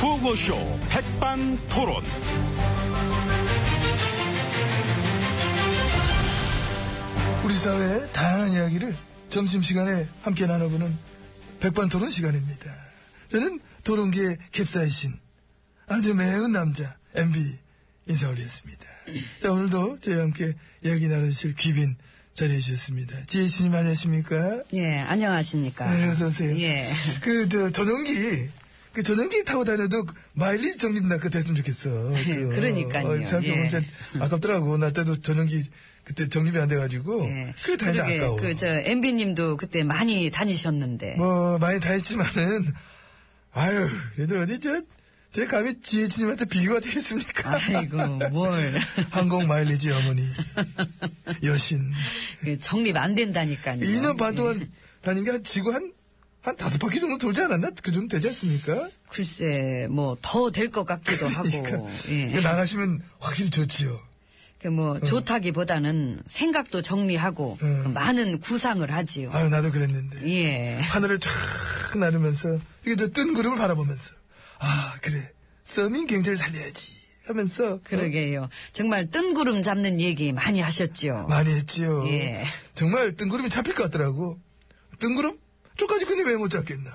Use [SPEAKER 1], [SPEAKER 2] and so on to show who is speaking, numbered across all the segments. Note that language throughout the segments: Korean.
[SPEAKER 1] 라디오쇼 백반토론.
[SPEAKER 2] 우리 사회의 다양한 이야기를 점심시간에 함께 나눠보는 백반토론 시간입니다. 저는 토론계의 캡사이신 아주 매운 남자 MB 인사 올리겠습니다. 자 오늘도 저희와 함께 이야기 나누실 귀빈 자리해 주셨습니다. 지혜씨님 안녕하십니까?
[SPEAKER 3] 예, 안녕하십니까.
[SPEAKER 2] 네, 어서오세요.
[SPEAKER 3] 예.
[SPEAKER 2] 그, 저, 전용기. 그 전용기 타고 다녀도 마일리지 적립 나 그때 했으면 좋겠어. 그거.
[SPEAKER 3] 네, 그러니까요.
[SPEAKER 2] 어, 생각해보면
[SPEAKER 3] 예.
[SPEAKER 2] 진짜 아깝더라고. 나 때도 전용기 그때 적립이 안 돼가지고.
[SPEAKER 3] 예.
[SPEAKER 2] 어, 그게 다니다
[SPEAKER 3] 그러게,
[SPEAKER 2] 아까워.
[SPEAKER 3] 그, 저, MB님도 그때 많이 다니셨는데.
[SPEAKER 2] 뭐, 많이 다 했지만은, 아유, 그래도 어디 저, 제 감히 지혜진님한테 비교가 되겠습니까?
[SPEAKER 3] 아이고, 뭐. 뭘.
[SPEAKER 2] 항공 마일리지 어머니. 여신.
[SPEAKER 3] 그 정립 안 된다니까요. 예.
[SPEAKER 2] 2년 반 동안 다닌 게 한 지구 한, 한 다섯 바퀴 정도 돌지 않았나? 그 정도 되지 않습니까?
[SPEAKER 3] 글쎄, 뭐, 더 될 것 같기도 하고. 예.
[SPEAKER 2] 이거 나가시면 어. 확실히 좋지요.
[SPEAKER 3] 그 뭐, 좋다기보다는 생각도 정리하고,
[SPEAKER 2] 음.
[SPEAKER 3] 그 많은 구상을 하지요.
[SPEAKER 2] 아유, 나도 그랬는데.
[SPEAKER 3] 예.
[SPEAKER 2] 하늘을 쫙 나르면서, 이게 저 뜬 구름을 바라보면서, 아, 그래. 서민 경제를 살려야지. 하면서.
[SPEAKER 3] 그러게요. 정말 뜬구름 잡는 얘기 많이 하셨지요.
[SPEAKER 2] 많이 했지요.
[SPEAKER 3] 예.
[SPEAKER 2] 정말 뜬구름이 잡힐 것 같더라고. 뜬구름? 쪽까지 근데 왜 못 잡겠나?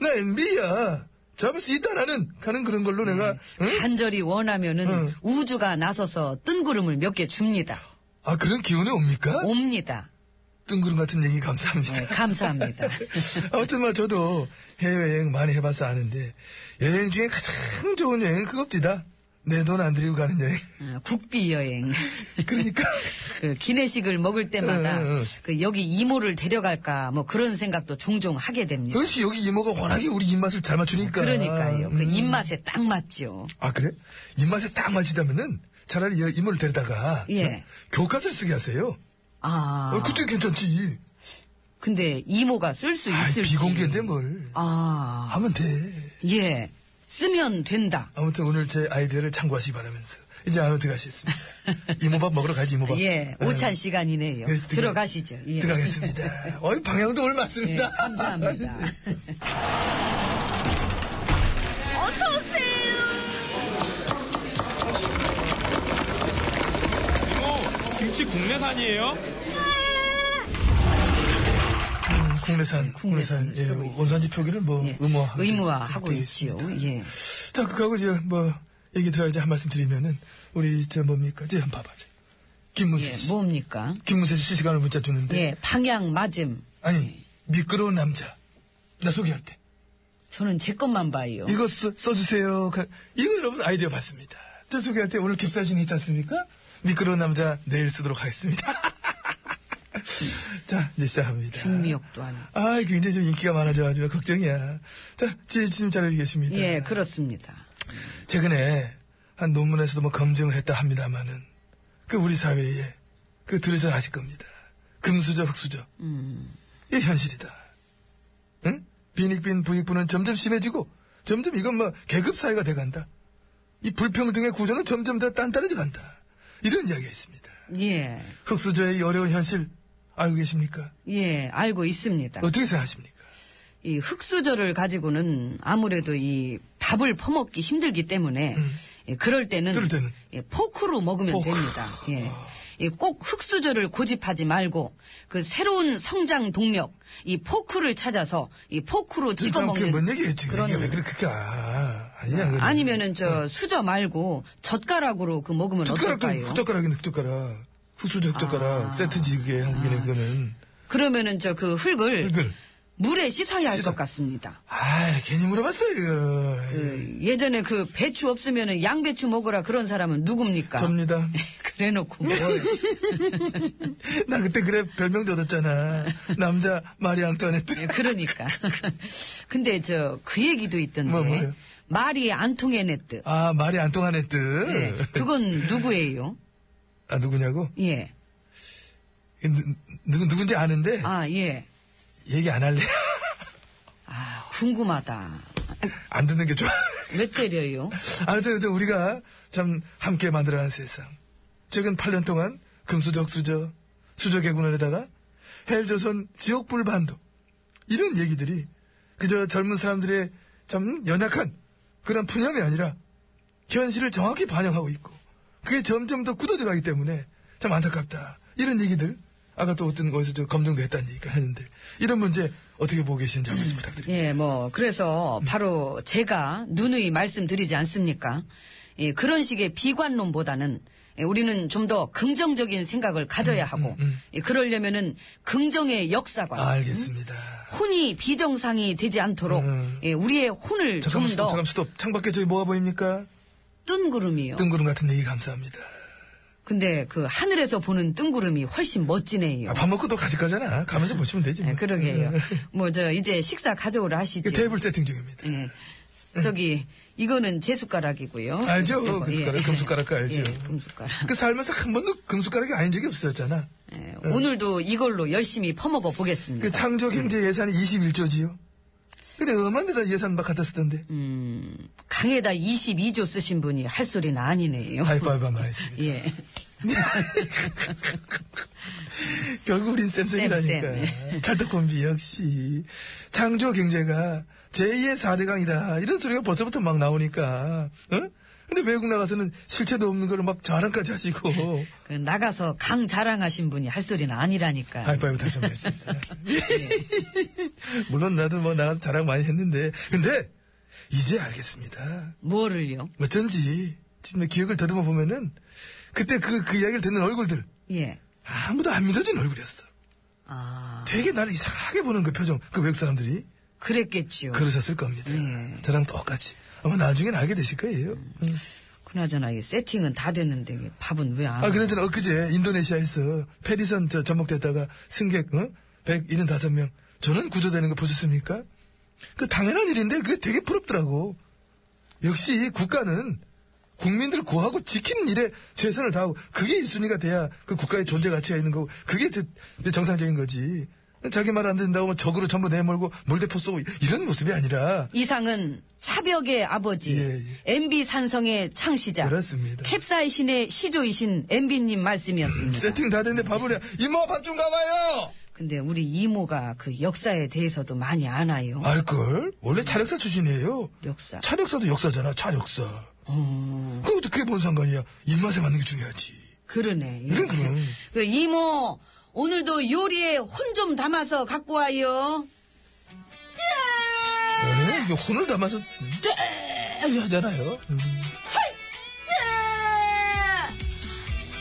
[SPEAKER 2] 나 MB야. 잡을 수 있다, 나는. 가는 그런 걸로 내가, 응?
[SPEAKER 3] 예. 간절히 원하면은
[SPEAKER 2] 음.
[SPEAKER 3] 우주가 나서서 뜬구름을 몇 개 줍니다.
[SPEAKER 2] 아, 그런 기운이 옵니까?
[SPEAKER 3] 옵니다.
[SPEAKER 2] 뜬구름 같은 얘기 감사합니다.
[SPEAKER 3] 네, 감사합니다. 어,
[SPEAKER 2] 아무튼 뭐 저도 해외여행 많이 해봐서 아는데 여행 중에 가장 좋은 여행은 그겁디다. 내 돈 안 들이고 가는 여행.
[SPEAKER 3] 어, 국비 여행.
[SPEAKER 2] 그러니까
[SPEAKER 3] 그 기내식을 먹을 때마다
[SPEAKER 2] 응, 응, 응.
[SPEAKER 3] 그 여기 이모를 데려갈까 뭐 그런 생각도 종종 하게 됩니다.
[SPEAKER 2] 역시 여기 이모가 워낙에 우리 입맛을 잘 맞추니까.
[SPEAKER 3] 그러니까요. 그
[SPEAKER 2] 음.
[SPEAKER 3] 입맛에 딱 맞죠.
[SPEAKER 2] 아 그래? 입맛에 딱 맞으다면은 차라리 여- 이모를 데려다가
[SPEAKER 3] 예.
[SPEAKER 2] 교과서를 쓰게 하세요.
[SPEAKER 3] 아.
[SPEAKER 2] 어, 그때 괜찮지.
[SPEAKER 3] 근데 이모가 쓸 수
[SPEAKER 2] 아,
[SPEAKER 3] 있을지.
[SPEAKER 2] 비공개인데 뭘
[SPEAKER 3] 아,
[SPEAKER 2] 하면 돼.
[SPEAKER 3] 예. 쓰면 된다.
[SPEAKER 2] 아무튼 오늘 제 아이디어를 참고하시기 바라면서 이제 안으로 들어가시겠습니다. 이모밥 먹으러 가지 이모밥.
[SPEAKER 3] 예.
[SPEAKER 2] 어.
[SPEAKER 3] 오찬 시간이네요.
[SPEAKER 2] 네, 들어-
[SPEAKER 3] 들어가시죠. 예.
[SPEAKER 2] 들어가겠습니다. 어이, 방향도
[SPEAKER 3] 예,
[SPEAKER 2] 올맞습니다
[SPEAKER 3] 감사합니다.
[SPEAKER 2] 음,
[SPEAKER 4] 이모, 김치 국내산이에요?
[SPEAKER 2] 음, 국내산,
[SPEAKER 3] 국내산을
[SPEAKER 2] 국내산, 예,
[SPEAKER 3] 쓰고 있어요.
[SPEAKER 2] 원산지 표기를 뭐
[SPEAKER 3] 예.
[SPEAKER 2] 의무화, 네,
[SPEAKER 3] 의무화하고 있지요. 예.
[SPEAKER 2] 자, 그거하고 이제 뭐 얘기 들어야지 한 말씀 드리면은 우리 저 뭡니까, 저 한번 봐봐. 김문세
[SPEAKER 3] 예.
[SPEAKER 2] 씨,
[SPEAKER 3] 뭡니까?
[SPEAKER 2] 김문세 씨 실시간으로 문자 주는데,
[SPEAKER 3] 예. 방향 맞음.
[SPEAKER 2] 아니 미끄러운 남자 나 소개할 때
[SPEAKER 3] 저는 제 것만 봐요.
[SPEAKER 2] 이거 써, 써주세요. 가- 이거 여러분 아이디어 받습니다. 저 소개할 때 오늘 깁사신 있지 않습니까? 미끄러운 남자 내일 쓰도록 하겠습니다. 자, 이제 시작합니다.
[SPEAKER 3] 중미역도 아니고.
[SPEAKER 2] 아, 굉장히 좀 인기가 많아져가지고 걱정이야. 자, 지혜진님 잘 알려주겠습니다.
[SPEAKER 3] 예, 그렇습니다.
[SPEAKER 2] 최근에 한 논문에서도 뭐 검증을 했다 합니다만은 그 우리 사회에 그 들으셔 아실 겁니다. 금수저 흑수저.
[SPEAKER 3] 음.
[SPEAKER 2] 이게 현실이다. 응? 빈익빈 부익부는 점점 심해지고 점점 이건 뭐 계급 사회가 돼간다. 이 불평등의 구조는 점점 더 단단해져 간다. 이런 이야기가 있습니다.
[SPEAKER 3] 예,
[SPEAKER 2] 흑수저의 이 어려운 현실 알고 계십니까?
[SPEAKER 3] 예, 알고 있습니다.
[SPEAKER 2] 어떻게 생각하십니까?
[SPEAKER 3] 이 흑수저를 가지고는 아무래도 이 밥을 퍼먹기 힘들기 때문에 예, 그럴 때는,
[SPEAKER 2] 음. 그럴 때는.
[SPEAKER 3] 예, 포크로 먹으면
[SPEAKER 2] 포크. 아.
[SPEAKER 3] 됩니다. 예. 예, 꼭 흑수저를 고집하지 말고 그 새로운 성장 동력 이 포크를 찾아서 이 포크로
[SPEAKER 2] 그게
[SPEAKER 3] 찍어 먹는
[SPEAKER 2] 뭔 얘기예요 지금?
[SPEAKER 3] 그런-
[SPEAKER 2] 이게 왜 그렇게 아, 아니야. 그래.
[SPEAKER 3] 아니면은 저 수저 말고 젓가락으로 그 먹으면
[SPEAKER 2] 젓가락도
[SPEAKER 3] 어떨까요?
[SPEAKER 2] 흑젓가락이네 흑젓가락 흑수저 흑젓가락
[SPEAKER 3] 아.
[SPEAKER 2] 세트지 그게 한국인의 그거는
[SPEAKER 3] 그러면은 저 그 흙을
[SPEAKER 2] 흙을.
[SPEAKER 3] 물에 씻어야 할
[SPEAKER 2] 씻어.
[SPEAKER 3] 것 같습니다.
[SPEAKER 2] 아 괜히 물어봤어 이거
[SPEAKER 3] 그 예전에 그 배추 없으면은 양배추 먹어라 그런 사람은 누굽니까?
[SPEAKER 2] 접니다
[SPEAKER 3] 아. 그래놓고 뭘.
[SPEAKER 2] 나 그때 그래 별명도 얻었잖아 남자 마리 앙뚜아네트
[SPEAKER 3] 예, 그러니까. 근데 저 그 얘기도 있던데.
[SPEAKER 2] 뭐, 뭐요?
[SPEAKER 3] 말이 안 통해냈드.
[SPEAKER 2] 아 마리 앙뚜아네트
[SPEAKER 3] 예, 그건 누구예요?
[SPEAKER 2] 아 누구냐고
[SPEAKER 3] 예.
[SPEAKER 2] 이게 누, 누구 누군지 아는데
[SPEAKER 3] 아 예.
[SPEAKER 2] 얘기 안 할래
[SPEAKER 3] 아 궁금하다.
[SPEAKER 2] 안 듣는 게 좋아
[SPEAKER 3] 왜 때려요?
[SPEAKER 2] 아무튼 근데 우리가 참 함께 만들어가는 세상. 최근 8년 동안 금수저, 수저, 수저 개군원에다가 헬조선 지옥불 반도 이런 얘기들이 그저 젊은 사람들의 참 연약한 그런 푸념이 아니라 현실을 정확히 반영하고 있고 그게 점점 더 굳어져 가기 때문에 참 안타깝다. 이런 얘기들 아까 또 어떤 거에서 저 검증도 했다는 얘기가 했는데 이런 문제 어떻게 보고 계시는지 한 말씀 부탁드립니다.
[SPEAKER 3] 예, 뭐, 그래서 바로 제가 누누이 말씀드리지 않습니까? 예, 그런 식의 비관론보다는 예, 우리는 좀 더 긍정적인 생각을 가져야 하고, 예, 그러려면은 긍정의 역사관,
[SPEAKER 2] 음, 아, 알겠습니다.
[SPEAKER 3] 혼이 비정상이 되지 않도록,
[SPEAKER 2] 음.
[SPEAKER 3] 예, 우리의 혼을
[SPEAKER 2] 잠깐만
[SPEAKER 3] 좀
[SPEAKER 2] 스톱,
[SPEAKER 3] 더
[SPEAKER 2] 잠깐 스톱. 창밖에 저기 뭐가 보입니까?
[SPEAKER 3] 뜬구름이요.
[SPEAKER 2] 뜬구름 같은 얘기 감사합니다.
[SPEAKER 3] 근데 그 하늘에서 보는 뜬구름이 훨씬 멋지네요.
[SPEAKER 2] 아, 밥 먹고 또 가실 거잖아. 가면서 보시면 되지. 뭐.
[SPEAKER 3] 예, 그러게요. 예. 뭐 저 이제 식사 가져오라
[SPEAKER 2] 이거
[SPEAKER 3] 하시죠.
[SPEAKER 2] 그 테이블 음. 세팅 중입니다.
[SPEAKER 3] 예. 저기 이거는 제 숟가락이고요. 예.
[SPEAKER 2] 알죠?
[SPEAKER 3] 이거,
[SPEAKER 2] 그 숟가락, 금숟가락 거 알죠?
[SPEAKER 3] 예, 금숟가락.
[SPEAKER 2] 그 살면서 한 번도 금숟가락이 아닌 적이 없었잖아.
[SPEAKER 3] 예, 오늘도 이걸로 열심히 퍼먹어 보겠습니다.
[SPEAKER 2] 그 창조 경제 예산이 21조지요. 근데 엄한 데다 예산 막 갖다 쓰던데.
[SPEAKER 3] 음. 강에다 22조 쓰신 분이 할 소리는 아니네요.
[SPEAKER 2] 하이파이브 한번 했습니다.
[SPEAKER 3] 예.
[SPEAKER 2] 결국 우린 쌤쌤이라니까.
[SPEAKER 3] 쌤쌤.
[SPEAKER 2] 찰떡콤비 역시. 창조 경제가 제2의 4대강이다. 이런 소리가 벌써부터 막 나오니까. 응? 근데 외국 나가서는 실체도 없는 걸 막 자랑까지 하시고.
[SPEAKER 3] 그 나가서 강 자랑하신 분이 할 소리는 아니라니까.
[SPEAKER 2] 하이파이브 다시 한번 했습니다. 물론 나도 뭐 나가서 자랑 많이 했는데. 근데 이제 알겠습니다.
[SPEAKER 3] 뭐를요?
[SPEAKER 2] 어쩐지 진짜 기억을 더듬어 보면은 그때 그, 그 이야기를 듣는 얼굴들
[SPEAKER 3] 예.
[SPEAKER 2] 아무도 안 믿어준 얼굴이었어.
[SPEAKER 3] 아,
[SPEAKER 2] 되게 나를 이상하게 보는 그 표정 그 외국 사람들이
[SPEAKER 3] 그랬겠지요.
[SPEAKER 2] 그러셨을 겁니다. 저랑 똑같이 아마 나중엔 알게 되실 거예요. 음. 응.
[SPEAKER 3] 그나저나 이 세팅은 다 됐는데 이게 밥은 왜 안?
[SPEAKER 2] 아 그나저나 엊그제 인도네시아에서 페리선 저 접목됐다가 승객 어? 175명 저는 구조되는 거 보셨습니까? 그 당연한 일인데 그게 되게 부럽더라고. 역시 국가는 국민들 구하고 지키는 일에 최선을 다하고 그게 일순위가 돼야 그 국가의 존재 가치가 있는 거고 그게 제- 이제 정상적인 거지. 자기 말 안 듣는다고 뭐 적으로 전부 내몰고 물대포 쏘고 이런 모습이 아니라
[SPEAKER 3] 이상은 차벽의 아버지,
[SPEAKER 2] 예,
[SPEAKER 3] MB 산성의 창시자,
[SPEAKER 2] 그렇습니다.
[SPEAKER 3] 캡사이신의 시조이신 MB님 말씀이었습니다.
[SPEAKER 2] 세팅 다 됐는데 밥을 해. 이모 밥 좀 가봐요.
[SPEAKER 3] 근데 우리 이모가 그 역사에 대해서도 많이 아나요.
[SPEAKER 2] 알걸? 원래 차력사 출신이에요.
[SPEAKER 3] 역사.
[SPEAKER 2] 차력사도 역사잖아, 차력사. 그것도 그게 뭔 상관이야. 입맛에 맞는 게 중요하지.
[SPEAKER 3] 그러네.
[SPEAKER 2] 그래, 그럼.
[SPEAKER 3] 그 이모, 오늘도 요리에 혼 좀 담아서 갖고 와요.
[SPEAKER 2] 원래 이게 혼을 담아서 네 하잖아요. 음.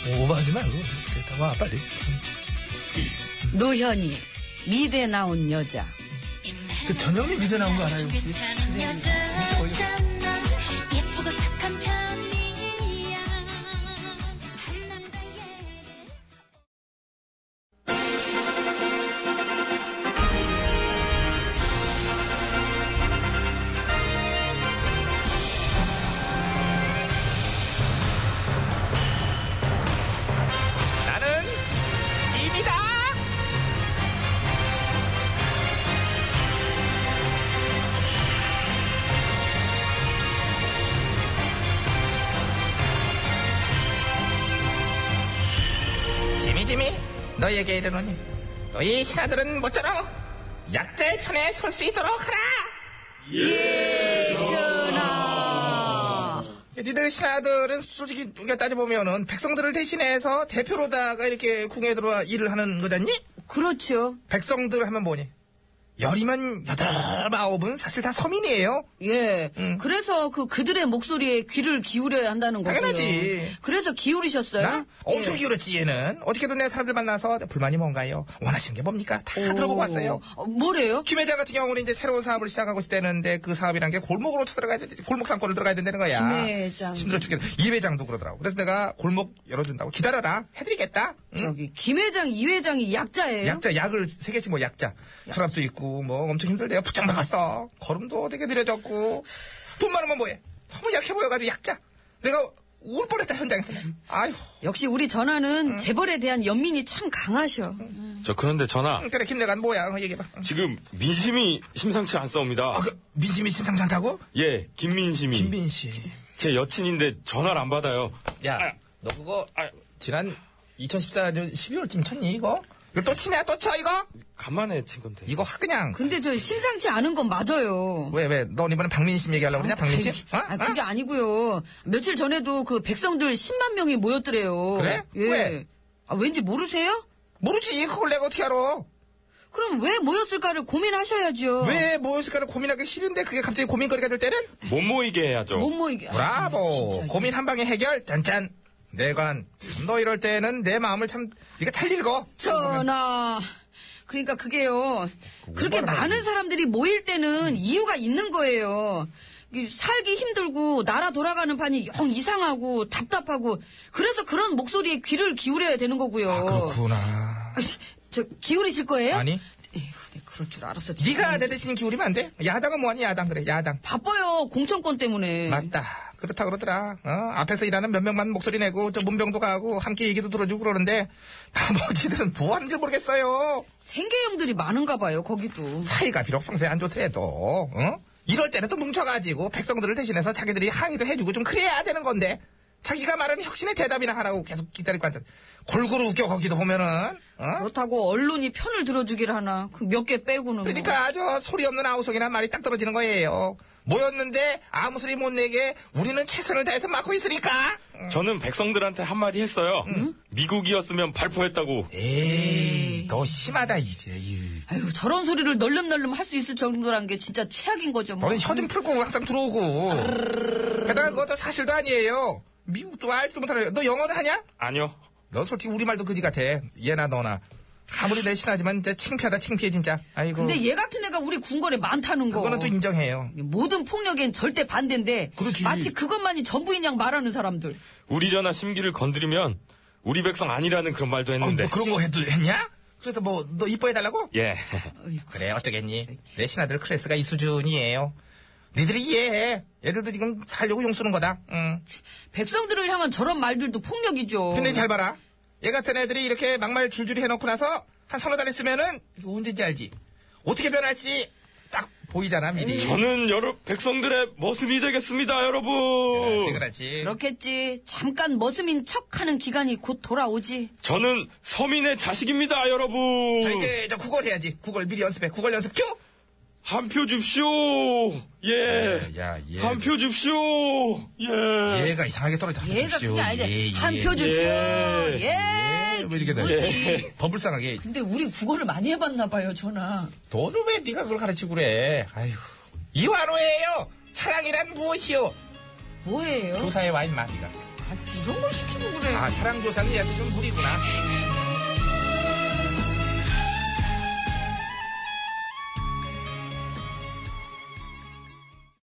[SPEAKER 2] 어, 오버하지 말고. 그래, 담아, 빨리.
[SPEAKER 3] 노현이, 미대 나온 여자.
[SPEAKER 2] 그 전형이 미대 나온 거 알아요, 혹시?
[SPEAKER 5] 괜찮은 여자였던 넌 예쁘고 착한 편이야 한 남자의
[SPEAKER 4] 나는 짐이다.
[SPEAKER 6] 지미 지미 너희에게 이르노니 너희 신하들은 모쪼록 약자의 편에 설 수 있도록 하라 예 전하 니들 신하들은 솔직히 우리가 따져보면은 백성들을 대신해서 대표로다가 이렇게 궁에 들어와 일을 하는 거잖니?
[SPEAKER 3] 그렇죠.
[SPEAKER 6] 백성들 하면 뭐니? 열이면 여덟 아홉은 사실 다 서민이에요
[SPEAKER 3] 예.
[SPEAKER 6] 음.
[SPEAKER 3] 그래서 그 그들의 목소리에 귀를 기울여야 한다는 거고요.
[SPEAKER 6] 당연하지.
[SPEAKER 3] 그래서 기울이셨어요?
[SPEAKER 6] 나? 엄청
[SPEAKER 3] 예.
[SPEAKER 6] 기울었지 얘는 어떻게든 내 사람들 만나서 불만이 뭔가요? 원하시는 게 뭡니까? 다 들어보고 왔어요
[SPEAKER 3] 예. 어, 뭐래요?
[SPEAKER 6] 김 회장 같은 경우는 이제 새로운 사업을 시작하고 싶다는데 그 사업이란 게 골목으로 쳐들어가야 되지 골목 상권을 들어가야 된다는 거야.
[SPEAKER 3] 김 회장.
[SPEAKER 6] 힘들어 죽겠다. 이 회장도 그러더라고. 그래서 내가 골목 열어준다고 기다려라. 해드리겠다. 응?
[SPEAKER 3] 저기 김 회장, 이 회장이 약자예요?
[SPEAKER 6] 음? 약자 약을 세 개씩 뭐 약자 혈압수 있고 뭐 엄청 힘들대요. 부쩍 나갔어. 걸음도 되게 느려졌고 돈 많으면 뭐해? 너무 약해 보여가지고 약자. 내가 울 뻔했다 현장에서. 아휴
[SPEAKER 3] 역시 우리
[SPEAKER 6] 음.
[SPEAKER 3] 전화는 재벌에 대한 연민이 참 강하셔.
[SPEAKER 4] 저 그런데 전화
[SPEAKER 6] 그래 김내관 뭐야? 어, 얘기해봐. 응.
[SPEAKER 4] 지금 민심이 심상치 않사옵니다.
[SPEAKER 6] 아, 그 민심이 심상찮다고?
[SPEAKER 4] 예, 김민심이
[SPEAKER 6] 김빈 씨.
[SPEAKER 4] 제 여친인데 전화를 안 받아요.
[SPEAKER 6] 아, 야, 너 그거 지난 2014년 12월쯤 쳤니 이거?
[SPEAKER 2] 이거 또 치냐? 또 쳐, 이거?
[SPEAKER 4] 간만에 친 건데.
[SPEAKER 2] 이거 확 그냥.
[SPEAKER 3] 근데 저 심상치 않은 건 맞아요.
[SPEAKER 2] 왜, 왜? 넌 이번엔 박민심 얘기하려고 그러냐, 박민심? 어?
[SPEAKER 3] 아,
[SPEAKER 2] 어?
[SPEAKER 3] 그게 아니고요. 며칠 전에도 그 백성들 10만 명이 모였더래요.
[SPEAKER 2] 그래?
[SPEAKER 3] 예.
[SPEAKER 2] 왜?
[SPEAKER 3] 아, 왠지 모르세요?
[SPEAKER 2] 모르지. 그걸 내가 어떻게 알아?
[SPEAKER 3] 그럼 왜 모였을까를 고민하셔야죠.
[SPEAKER 2] 왜 모였을까를 고민하기 싫은데 그게 갑자기 고민거리가 될 때는?
[SPEAKER 4] 못 모이게 해야죠.
[SPEAKER 3] 못 모이게. 아,
[SPEAKER 2] 브라보.
[SPEAKER 3] 진짜 이게.
[SPEAKER 2] 고민 한 방에 해결. 짠짠. 내관. 참, 너 이럴 때는 내 마음을 참, 네가 잘 읽어.
[SPEAKER 3] 전하. 그러니까 그게요. 그렇게 많은 사람들이 모일
[SPEAKER 2] 음.
[SPEAKER 3] 때는 이유가 있는 거예요. 이 살기 힘들고 나라 돌아가는 판이 영 이상하고 답답하고 그래서 그런 목소리에 귀를 기울여야 되는 거고요.
[SPEAKER 2] 아, 그렇구나.
[SPEAKER 3] 저 기울이실 거예요?
[SPEAKER 2] 아니.
[SPEAKER 3] 에휴, 네, 그럴 줄 알았어. 진짜.
[SPEAKER 2] 네가 내 대신 기울이면 안 돼? 야당은 뭐하니? 야당 그래. 야당.
[SPEAKER 3] 바빠요. 공천권 때문에.
[SPEAKER 2] 맞다. 그렇다 그러더라. 어? 앞에서 일하는 몇 명만 목소리 내고 저 문병도 가고 함께 얘기도 들어주고 그러는데 나머지들은 뭐 하는지 모르겠어요.
[SPEAKER 3] 생계형들이 많은가 봐요. 거기도.
[SPEAKER 2] 사이가 비록 평소에 안 좋더라도 어? 이럴 때는 또 뭉쳐가지고 백성들을 대신해서 자기들이 항의도 해주고 좀 그래야 되는 건데 자기가 말하는 혁신의 대답이나 하라고 계속 기다리고 앉아 골고루 웃겨 거기도 보면은 어?
[SPEAKER 3] 그렇다고 언론이 편을 들어주기를 하나. 몇 개 빼고는. 뭐.
[SPEAKER 2] 그러니까 저 소리 없는 아우성이란 말이 딱 떨어지는 거예요. 모였는데 아무 소리 못 내게 우리는 최선을 다해서 막고 있으니까
[SPEAKER 4] 저는 백성들한테 한마디 했어요. 미국이었으면 발포했다고.
[SPEAKER 2] 에이, 너 심하다, 이제. 이.
[SPEAKER 3] 아유, 저런 소리를 널름널름 할 수 있을 정도란 게 진짜 최악인 거죠. 뭐.
[SPEAKER 2] 너는 혀 좀 풀고 항상 들어오고. 게다가 그것도 사실도 아니에요. 미국도 알지도 못하는, 너 영어를 하냐?
[SPEAKER 4] 아니요.
[SPEAKER 2] 너 솔직히 우리말도 그지 같아. 얘나 너나. 아무리 내신하지만 진짜 창피하다, 창피해, 진짜. 아이고.
[SPEAKER 3] 근데 얘 같은 애가 우리 궁궐에 많다는 거.
[SPEAKER 2] 그거는 또 인정해요. 아,
[SPEAKER 3] 모든 폭력엔 절대 반대인데
[SPEAKER 2] 그렇지.
[SPEAKER 3] 마치 그것만이 전부인 양 말하는 사람들.
[SPEAKER 4] 우리 전하 심기를 건드리면 우리 백성 아니라는 뭐 그런 말도
[SPEAKER 2] 어,
[SPEAKER 4] 했는데.
[SPEAKER 2] 너 그런 거 해도 했냐? 그래서 뭐, 너 이뻐해달라고?
[SPEAKER 4] 예.
[SPEAKER 2] 그래, 어쩌겠니. 내 신하들 클래스가 이 수준이에요. 니들이 이해해. 얘들도 지금 살려고 용 쓰는 거다. 응.
[SPEAKER 3] 백성들을 향한 저런 말들도 폭력이죠.
[SPEAKER 2] 근데 잘 봐라. 얘 같은 애들이 이렇게 막말 줄줄이 해놓고 나서 한 서너 달 있으면은 이거 언제인지 알지. 어떻게 변할지 딱 보이잖아 미리.
[SPEAKER 4] 저는 여러 백성들의 모습이 되겠습니다, 여러분.
[SPEAKER 2] 그렇지 그렇지.
[SPEAKER 3] 그렇겠지. 잠깐 머슴인 척하는 기간이 곧 돌아오지.
[SPEAKER 4] 저는 서민의 자식입니다, 여러분.
[SPEAKER 2] 자 이제 저 국어 해야지. 국어 미리 연습해. 국어 연습 큐.
[SPEAKER 4] 한 표 줍쇼. 예.
[SPEAKER 2] 야, 야, 얘.
[SPEAKER 4] 한 표 줍쇼. 예.
[SPEAKER 2] 얘가 이상하게 떨어져. 예,
[SPEAKER 3] 얘가 그게 아니라 한 표 줄 수.
[SPEAKER 4] 예.
[SPEAKER 3] 예.
[SPEAKER 2] 왜뭐 이렇게 되지? 더 불쌍하게.
[SPEAKER 3] 근데 우리 국어를 많이 해봤나 봐요, 전화.
[SPEAKER 2] 너는 왜 네가 그걸 가르치고 그래? 아휴. 이완호예요. 사랑이란 무엇이요?
[SPEAKER 3] 뭐예요?
[SPEAKER 2] 조사에 와 임마 네가.
[SPEAKER 3] 아, 이런 걸 시키고 그래.
[SPEAKER 2] 아 사랑 조사는 얘도 좀 무리구나.